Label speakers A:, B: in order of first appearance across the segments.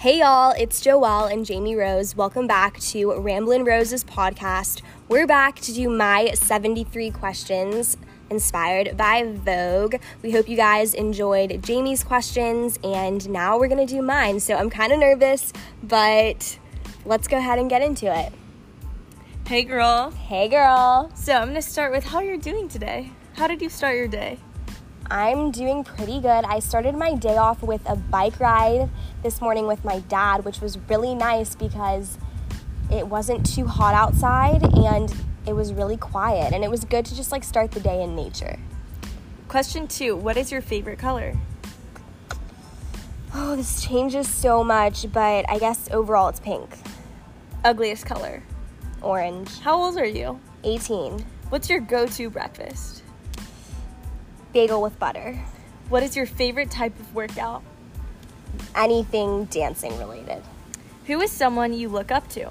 A: Hey y'all, it's Joelle and Jamie Rose. Welcome back to Ramblin' Rose's podcast. We're back to do my 73 questions inspired by Vogue. We hope you guys enjoyed Jamie's questions, and now we're gonna do mine. So I'm kind of nervous, but let's go ahead and get into it.
B: Hey girl.
A: Hey girl,
B: So I'm gonna start with how you're doing today. How did you start your day?
A: I'm doing pretty good. I started my day off with a bike ride this morning with my dad, which was really nice because it wasn't too hot outside and it was really quiet and it was good to just like start the day in nature.
B: Question two, what is your favorite color?
A: Oh, this changes so much, but I guess overall it's pink,
B: Ugliest color.
A: orange,
B: How old are you?
A: 18,
B: What's your go-to breakfast?
A: bagel with butter,
B: What is your favorite type of workout?
A: anything dancing related.
B: Who is someone you look up to?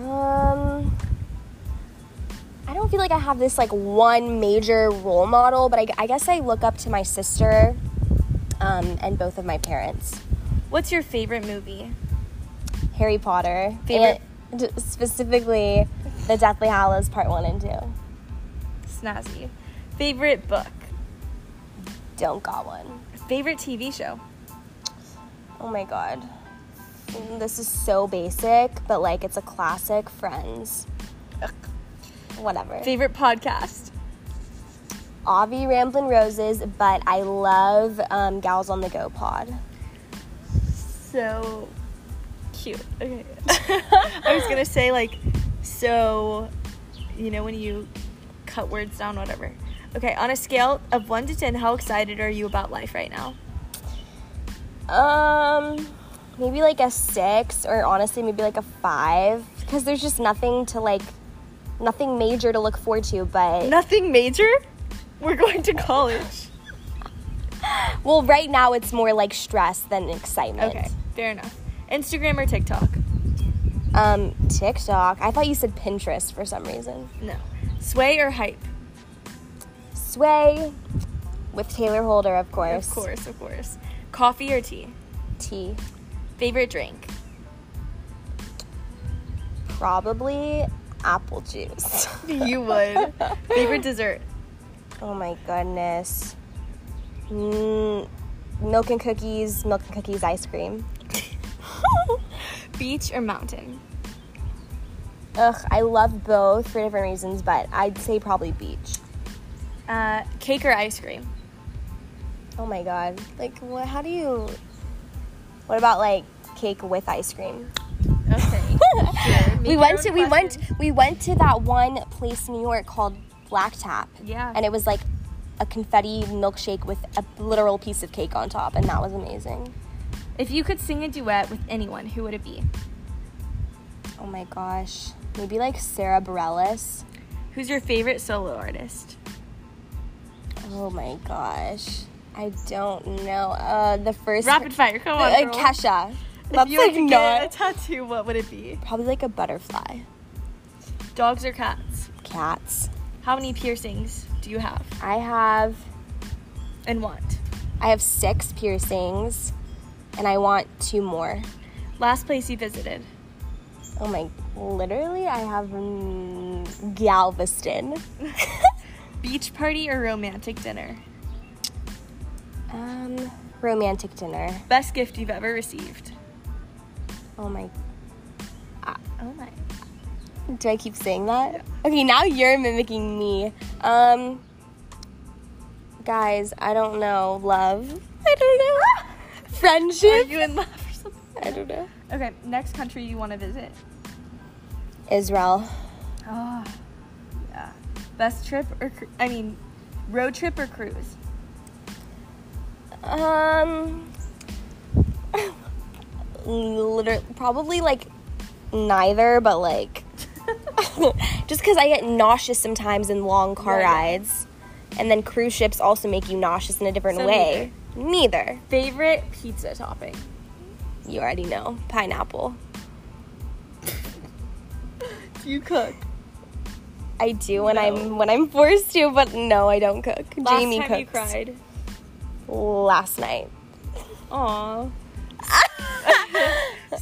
A: Um, I don't feel like I have this like one major role model, but I, I guess I look up to my sister um, and both of my parents.
B: What's your favorite movie?
A: Harry Potter,
B: Favorite-
A: and d- specifically the Deathly Hallows Part One and Two.
B: Snazzy. Favorite book?
A: Don't got one.
B: Favorite TV show?
A: Oh my god, Mm, this is so basic, but like it's a classic. Friends,
B: Ugh.
A: whatever.
B: Favorite podcast?
A: Avi Ramblin' Roses, but I love um, Gals on the Go Pod.
B: So cute. Okay. I was gonna say like so you know when you cut words down, whatever. Okay, on a scale of one to ten, how excited are you about life right now?
A: Um, maybe like a six, or honestly, maybe like a five, because there's just nothing to like, nothing major to look forward to. But
B: Nothing major? We're going to college.
A: well, right now it's more like stress than excitement.
B: Okay, fair enough. Instagram or TikTok?
A: Um, TikTok. I thought you said Pinterest for some reason.
B: No. Sway or hype?
A: Sway with Taylor Holder, of course.
B: Of course, of course. Coffee or tea?
A: Tea.
B: Favorite drink?
A: Probably apple juice.
B: You would. Favorite dessert?
A: oh my goodness. Mm, milk and cookies. Milk and cookies ice cream.
B: Beach or mountain?
A: Ugh, I love both for different reasons, but I'd say probably beach.
B: Uh, cake or ice cream?
A: Oh my god. Like, what, how do you. What about like cake with ice cream?
B: Okay.
A: we went to we went we went to that one place in New York called Black Tap.
B: Yeah.
A: And it was like a confetti milkshake with a literal piece of cake on top, and that was amazing.
B: If you could sing a duet with anyone, who would it be?
A: Oh my gosh. Maybe like Sarah Bareilles.
B: Who's your favorite solo artist?
A: Oh my gosh. I don't know. Uh, the first
B: Rapid fire, come on.
A: uh,
B: girl.
A: Kesha.
B: If
A: That's
B: you had
A: like
B: to
A: not
B: get a tattoo, what would it be?
A: Probably like a butterfly.
B: Dogs or cats?
A: Cats.
B: How many piercings do you have
A: I have
B: and want?
A: I have six piercings and I want two more.
B: Last place you visited?
A: Oh my literally I have mm, Galveston.
B: Beach party or romantic dinner?
A: um romantic dinner.
B: Best gift you've ever received?
A: Oh my uh,
B: Oh my.
A: do I keep saying that? Okay, now you're mimicking me. Um guys, I don't know. Love. I don't know.
B: Are
A: Friendship.
B: you in love or something?
A: I don't know.
B: Okay, next country you want to visit?
A: Israel.
B: Oh, yeah. Best trip or, cru- I mean, road trip or cruise?
A: Um, literally, probably like neither, but like just because I get nauseous sometimes in long car
B: Yeah, yeah.
A: rides, and then cruise ships also make you nauseous in a different
B: So
A: way. Neither.
B: Favorite pizza topping?
A: You already know pineapple.
B: Do you cook?
A: I do when
B: No.
A: I'm when I'm forced to, but no, I don't cook.
B: Last
A: Jamie
B: time
A: cooks.
B: you cried.
A: Last night.
B: Aw.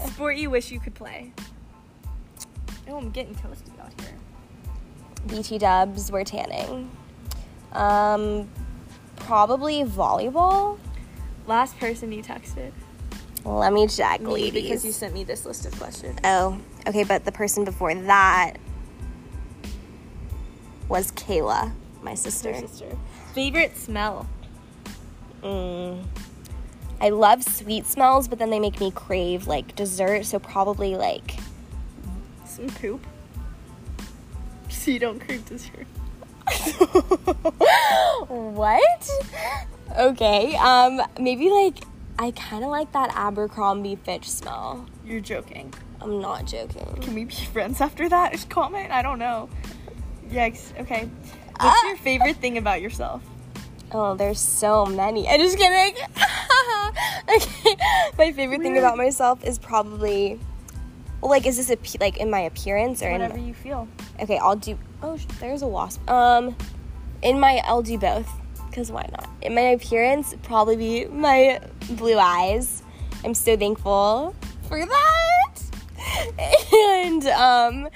B: Sport you wish you could play. Oh, I'm getting toasted out here.
A: BT dubs, we're tanning. Um, probably volleyball.
B: Last person you texted.
A: Let me check,
B: Me,
A: ladies.
B: because you sent me this list of questions.
A: oh, okay, but the person before that was Kayla, my sister.
B: Your sister. Favorite smell.
A: Mm. I love sweet smells, but then they make me crave like dessert, so probably like
B: Some poop. So you don't creep this year.
A: what? Okay. Um maybe like I kind of like that Abercrombie Fitch smell.
B: You're joking.
A: I'm not joking.
B: Can we be friends after that comment? I don't know. Yikes. Okay. What's your favorite thing about yourself?
A: Oh, there's so many. I'm just kidding. okay. My favorite thing
B: Weird.
A: about myself is probably like is this a pe- like in my appearance or in
B: Whatever you feel.
A: Okay, I'll do. Oh, sh- there's a wasp. Um, in my, I'll do both. Cause why not? In my appearance, probably be my blue eyes. I'm so thankful for that. And um,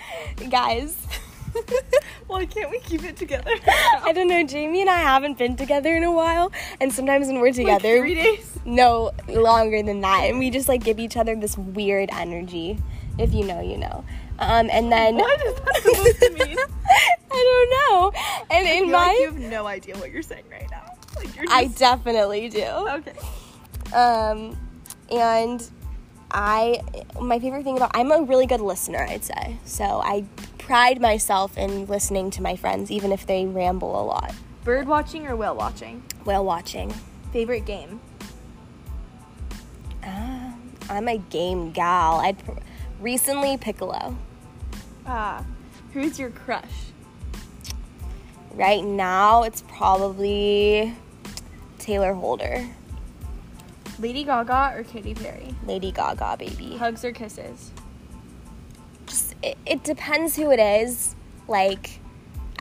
A: guys,
B: Why can't we keep it together?
A: I don't know. Jamie and I haven't been together in a while, and sometimes when we're
B: Like
A: together,
B: three days.
A: no longer than that, and we just like give each other this weird energy. If you know, you know. Um, and then
B: What is that supposed to mean?
A: I don't know. And in
B: You're like,
A: my,
B: you have no idea what you're saying right now. Like you're
A: I
B: just-
A: definitely do.
B: okay.
A: Um, and I, my favorite thing about I'm a really good listener, I'd say. So I pride myself in listening to my friends, even if they ramble a lot.
B: Bird watching or whale watching?
A: Whale watching.
B: Favorite game?
A: Um, I'm a game gal. I pr- recently Piccolo.
B: Ah, who's your crush?
A: Right now, it's probably Taylor Holder,
B: Lady Gaga or Katy Perry?
A: Lady Gaga, baby.
B: Hugs or kisses?
A: just it, it depends who it is like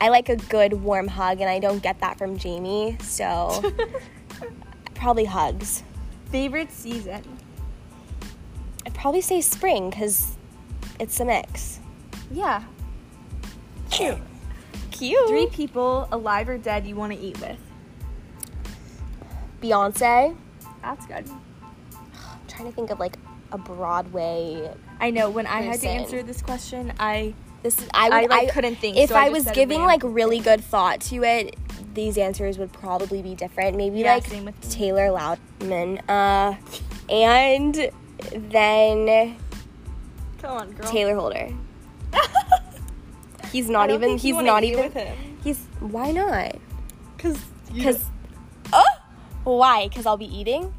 A: i like a good warm hug and i don't get that from jamie so probably hugs
B: Favorite season?
A: i'd probably say spring because it's a mix
B: Yeah.
A: cute cute
B: Three people, alive or dead, you want to eat with?
A: beyonce
B: That's good.
A: i'm trying to think of like a broadway
B: I know when I had to
A: Listen.
B: answer this question, I
A: this is i, would,
B: I, like, couldn't think,
A: if
B: so I
A: i,
B: just
A: was
B: said a
A: giving like
B: random
A: really good thought to it these answers would probably be different maybe
B: Yeah,
A: like
B: same with me.
A: taylor loudman uh and then
B: come on, girl.
A: Taylor Holder. He's
B: I
A: not
B: don't
A: even.
B: think you
A: He's
B: wanna
A: not
B: eat
A: even.
B: with him
A: He's why not?
B: because
A: Because oh, why? Because I'll be eating.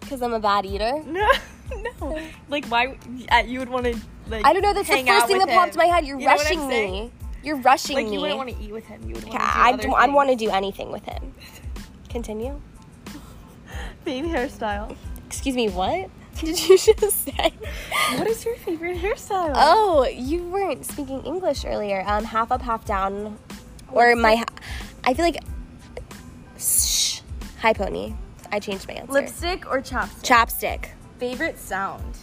A: Because I'm a bad eater.
B: no no like why uh, you would want to like
A: I don't know. That's the
B: hang
A: first
B: out
A: thing
B: with
A: that popped
B: him.
A: my head. You're
B: You know what I'm
A: rushing
B: saying?
A: me. You're rushing
B: like
A: me.
B: you wouldn't want to eat with him you would want to
A: I
B: do
A: I want to do anything with him. Continue.
B: baby hairstyle
A: Excuse me. What did you just say?
B: what is your favorite hairstyle
A: Oh, you weren't speaking English earlier. Um, half up, half down, or
B: What's
A: my. ha- I feel like. Shh. Hi, pony. I changed my answer.
B: lipstick or chapstick
A: Chapstick.
B: favorite sound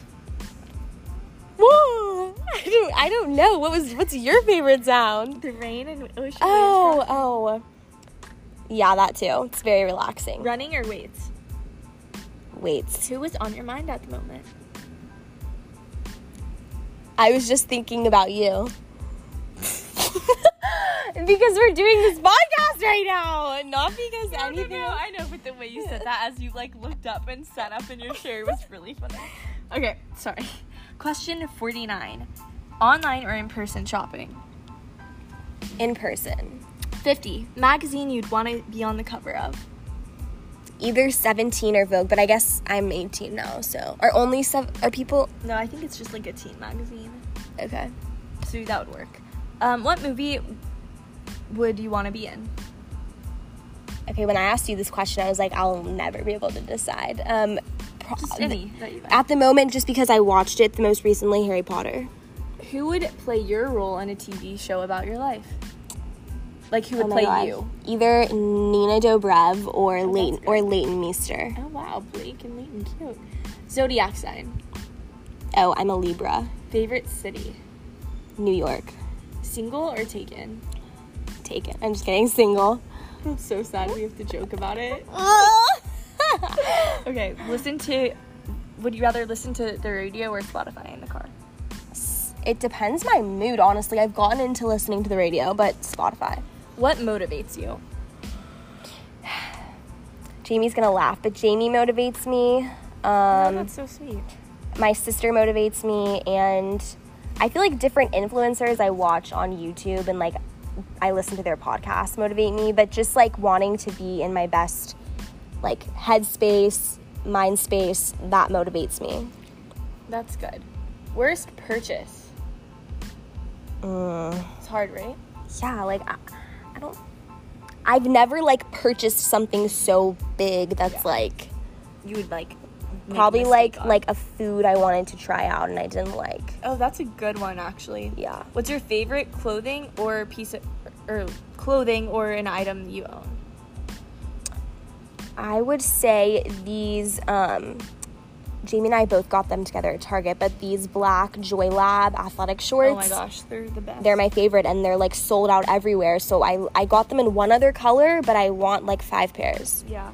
A: Whoa! I don't. I don't know. What was? What's your favorite sound?
B: the rain and ocean waves
A: Oh, oh.
B: crashing.
A: Yeah, that too. It's very relaxing.
B: running or weights
A: Weights.
B: who was on your mind at the moment
A: I was just thinking about you. because we're doing this podcast right now, not because anything. else.
B: I know, but the way you said that as you like looked up and sat up in your chair was really funny. Okay, sorry. Question 49. Online or in person shopping?
A: In person.
B: 50. Magazine you'd want to be on the cover of.
A: either 17 or Vogue, but I guess I'm 18 now, so are only seven are people
B: No, I think it's just like a teen magazine.
A: okay.
B: So that would work. Um, what movie would you want to be in?
A: Okay, when I asked you this question, I was like, I'll never be able to decide. Um, pro-
B: Just any that you like.
A: at the moment, just because I watched it the most recently, Harry Potter.
B: Who would play your role in a TV show about your life? Like who would
A: Oh my
B: play
A: God.
B: you?
A: Either Nina Dobrev or
B: that's
A: Leighton
B: good.
A: or Leighton Meester.
B: Oh wow, Blake and Leighton, cute. Zodiac sign.
A: Oh, I'm a Libra.
B: Favorite city.
A: New York.
B: Single or taken?
A: Take it. I'm just kidding. Single.
B: That's so sad we have to joke about it.
A: Spotify
B: Okay, listen to. Would you rather listen to the radio or Spotify in the car?
A: It depends my mood, honestly. I've gotten into listening to the radio, but Spotify.
B: What motivates you?
A: Jamie's gonna laugh, but Jamie motivates me. Um,
B: Oh, so sweet.
A: my sister motivates me, and I feel like different influencers I watch on YouTube and like I listen to their podcasts motivate me, but just like wanting to be in my best like headspace, mind space, that motivates me.
B: That's good. Worst purchase.
A: Mm.
B: It's hard, right?
A: yeah like I, I don't i've never like purchased something so big that's
B: Yeah.
A: like
B: You would like.
A: probably like like a food i wanted to try out and i didn't like
B: Oh, that's a good one actually.
A: yeah
B: What's your favorite clothing or piece of or clothing or an item you own?
A: i would say these um jamie and i both got them together at target but these black joy lab athletic shorts
B: Oh my gosh, they're the best.
A: they're my favorite and they're like sold out everywhere so i i got them in one other color but i want like five pairs
B: yeah.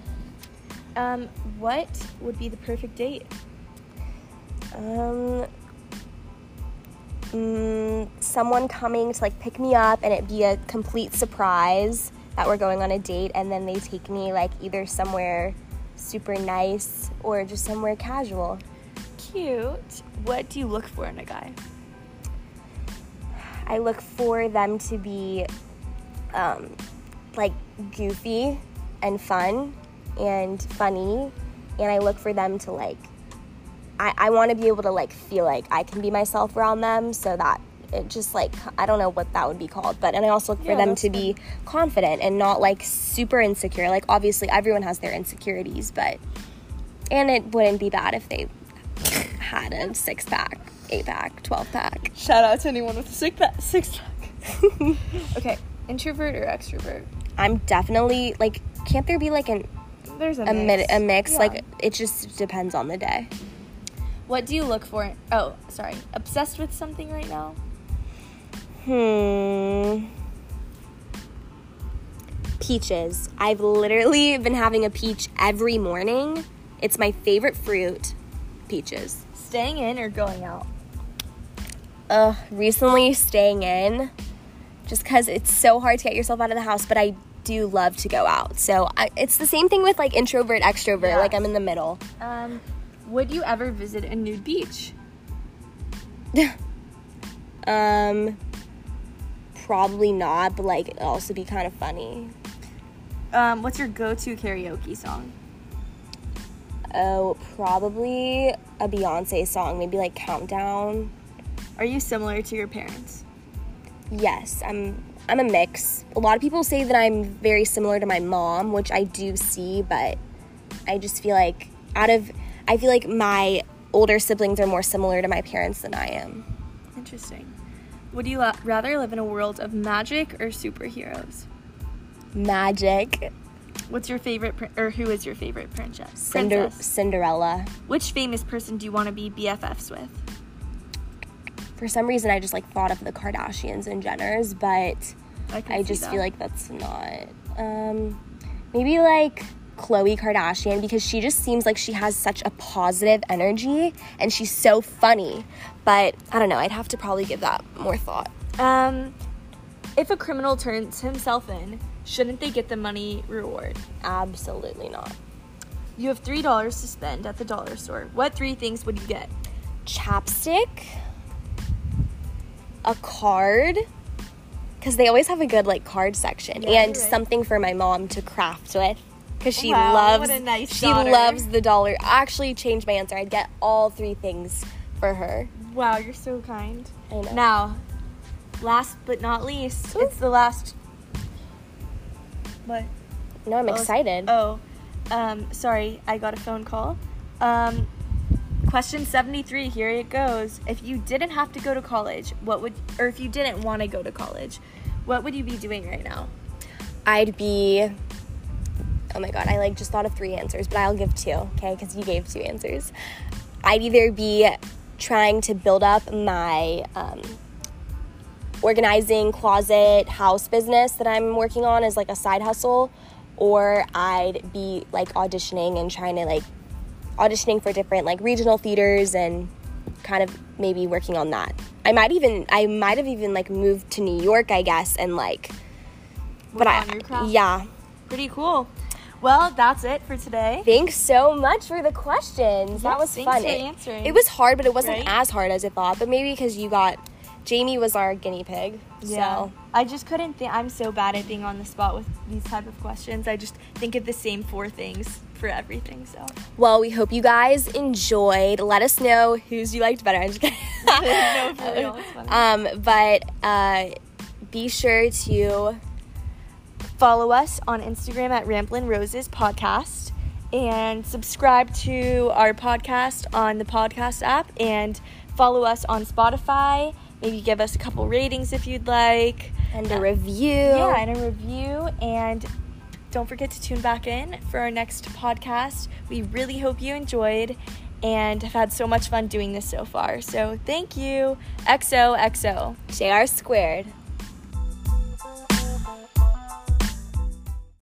B: Um, what would be the perfect date?
A: Um, mm, someone coming to like pick me up and it be a complete surprise that we're going on a date and then they take me like either somewhere super nice or just somewhere casual.
B: Cute. What do you look for in a guy?
A: I look for them to be um, like goofy and fun and funny and I look for them to like I, I want to be able to like feel like I can be myself around them so that it just like I don't know what that would be called but and I also look for
B: Yeah,
A: them
B: that's
A: to be confident and not like super insecure like obviously everyone has their insecurities but and it wouldn't be bad if they had a six pack, eight pack, 12 pack.
B: Shout out to anyone with a six pack. Six pack. okay, introvert or extrovert?
A: I'm definitely like, can't there be like an,
B: There's
A: a, mix, a mix?
B: Yeah.
A: Like, it just depends on the day.
B: what do you look for? Oh, sorry, obsessed with something right now?
A: Hmm. Peaches. I've literally been having a peach every morning. It's my favorite fruit, peaches.
B: Staying in or going out?
A: Ugh, recently staying in just because it's so hard to get yourself out of the house, but I do love to go out. So I, it's the same thing with like introvert, extrovert.
B: Yeah.
A: Like, I'm in the middle.
B: Um, would you ever visit a nude beach?
A: Um, probably not, but like it'd also be kind of funny.
B: Um, what's your go-to karaoke song?
A: Oh, probably a Beyonce song, maybe like Countdown.
B: Are you similar to your parents?
A: Yes, I'm. I'm a mix. A lot of people say that I'm very similar to my mom, which I do see, but I just feel like out of I feel like my older siblings are more similar to my parents than I am.
B: Interesting. Would you la- rather live in a world of magic or superheroes?
A: Magic,
B: What's your favorite, prin- or who is your favorite princess?
A: Cinder-
B: Princess.
A: Cinderella.
B: Which famous person do you want to be BFFs with?
A: For some reason, I just like thought of the Kardashians and Jenners, but
B: can
A: I
B: see
A: just
B: that.
A: feel like that's not. Um, maybe like Khloe Kardashian because she just seems like she has such a positive energy and she's so funny. But I don't know. I'd have to probably give that more thought.
B: Um, if a criminal turns himself in, shouldn't they get the money reward?
A: Absolutely not.
B: You have three dollars to spend at the dollar store. What three things would you get?
A: Chapstick, a card, because they always have a good like card section,
B: Yeah,
A: and
B: you're right.
A: something for my mom to craft with. Cause she
B: Wow,
A: loves
B: what a nice
A: she
B: daughter.
A: loves the dollar. Actually, change my answer. I'd get all three things for her.
B: Wow, you're so kind.
A: I know.
B: Now, last but not least, it's the last. What?
A: No, I'm excited.
B: Oh, um, sorry, I got a phone call. Um, question 73, here it goes. If you didn't have to go to college, what would, or if you didn't want to go to college, what would you be doing right now?
A: I'd be. Oh my god, I like just thought of three answers, but I'll give two, okay? Because you gave two answers. I'd either be trying to build up my um, organizing closet house business that I'm working on as like a side hustle, or I'd be like auditioning and trying to like auditioning for different like regional theaters and kind of maybe working on that. I might even I might have even like moved to New York, I guess, and like but
B: Work
A: I
B: on your craft.
A: yeah.
B: Pretty cool. Well, that's it for today.
A: Thanks so much for the questions. that
B: Yes,
A: was
B: thanks
A: fun.
B: for
A: it,
B: answering.
A: it was hard, but it wasn't
B: Right?
A: as hard as I thought. But maybe because you got Jamie was our guinea pig. So
B: I just couldn't think. I'm so bad at being on the spot with these type of questions. I just think of the same four things for everything. So
A: well, we hope you guys enjoyed. Let us know whose you liked better. I'm just kidding.
B: No, for real, it's funny.
A: Um, but uh, be sure to
B: follow us on Instagram at Ramblin' Roses Podcast and subscribe to our podcast on the podcast app and follow us on Spotify. Maybe give us a couple ratings if you'd like.
A: and
B: Yeah.
A: a review.
B: Yeah, and a review. And don't forget to tune back in for our next podcast. We really hope you enjoyed and have had so much fun doing this so far. So thank you. XOXO.
A: JR squared.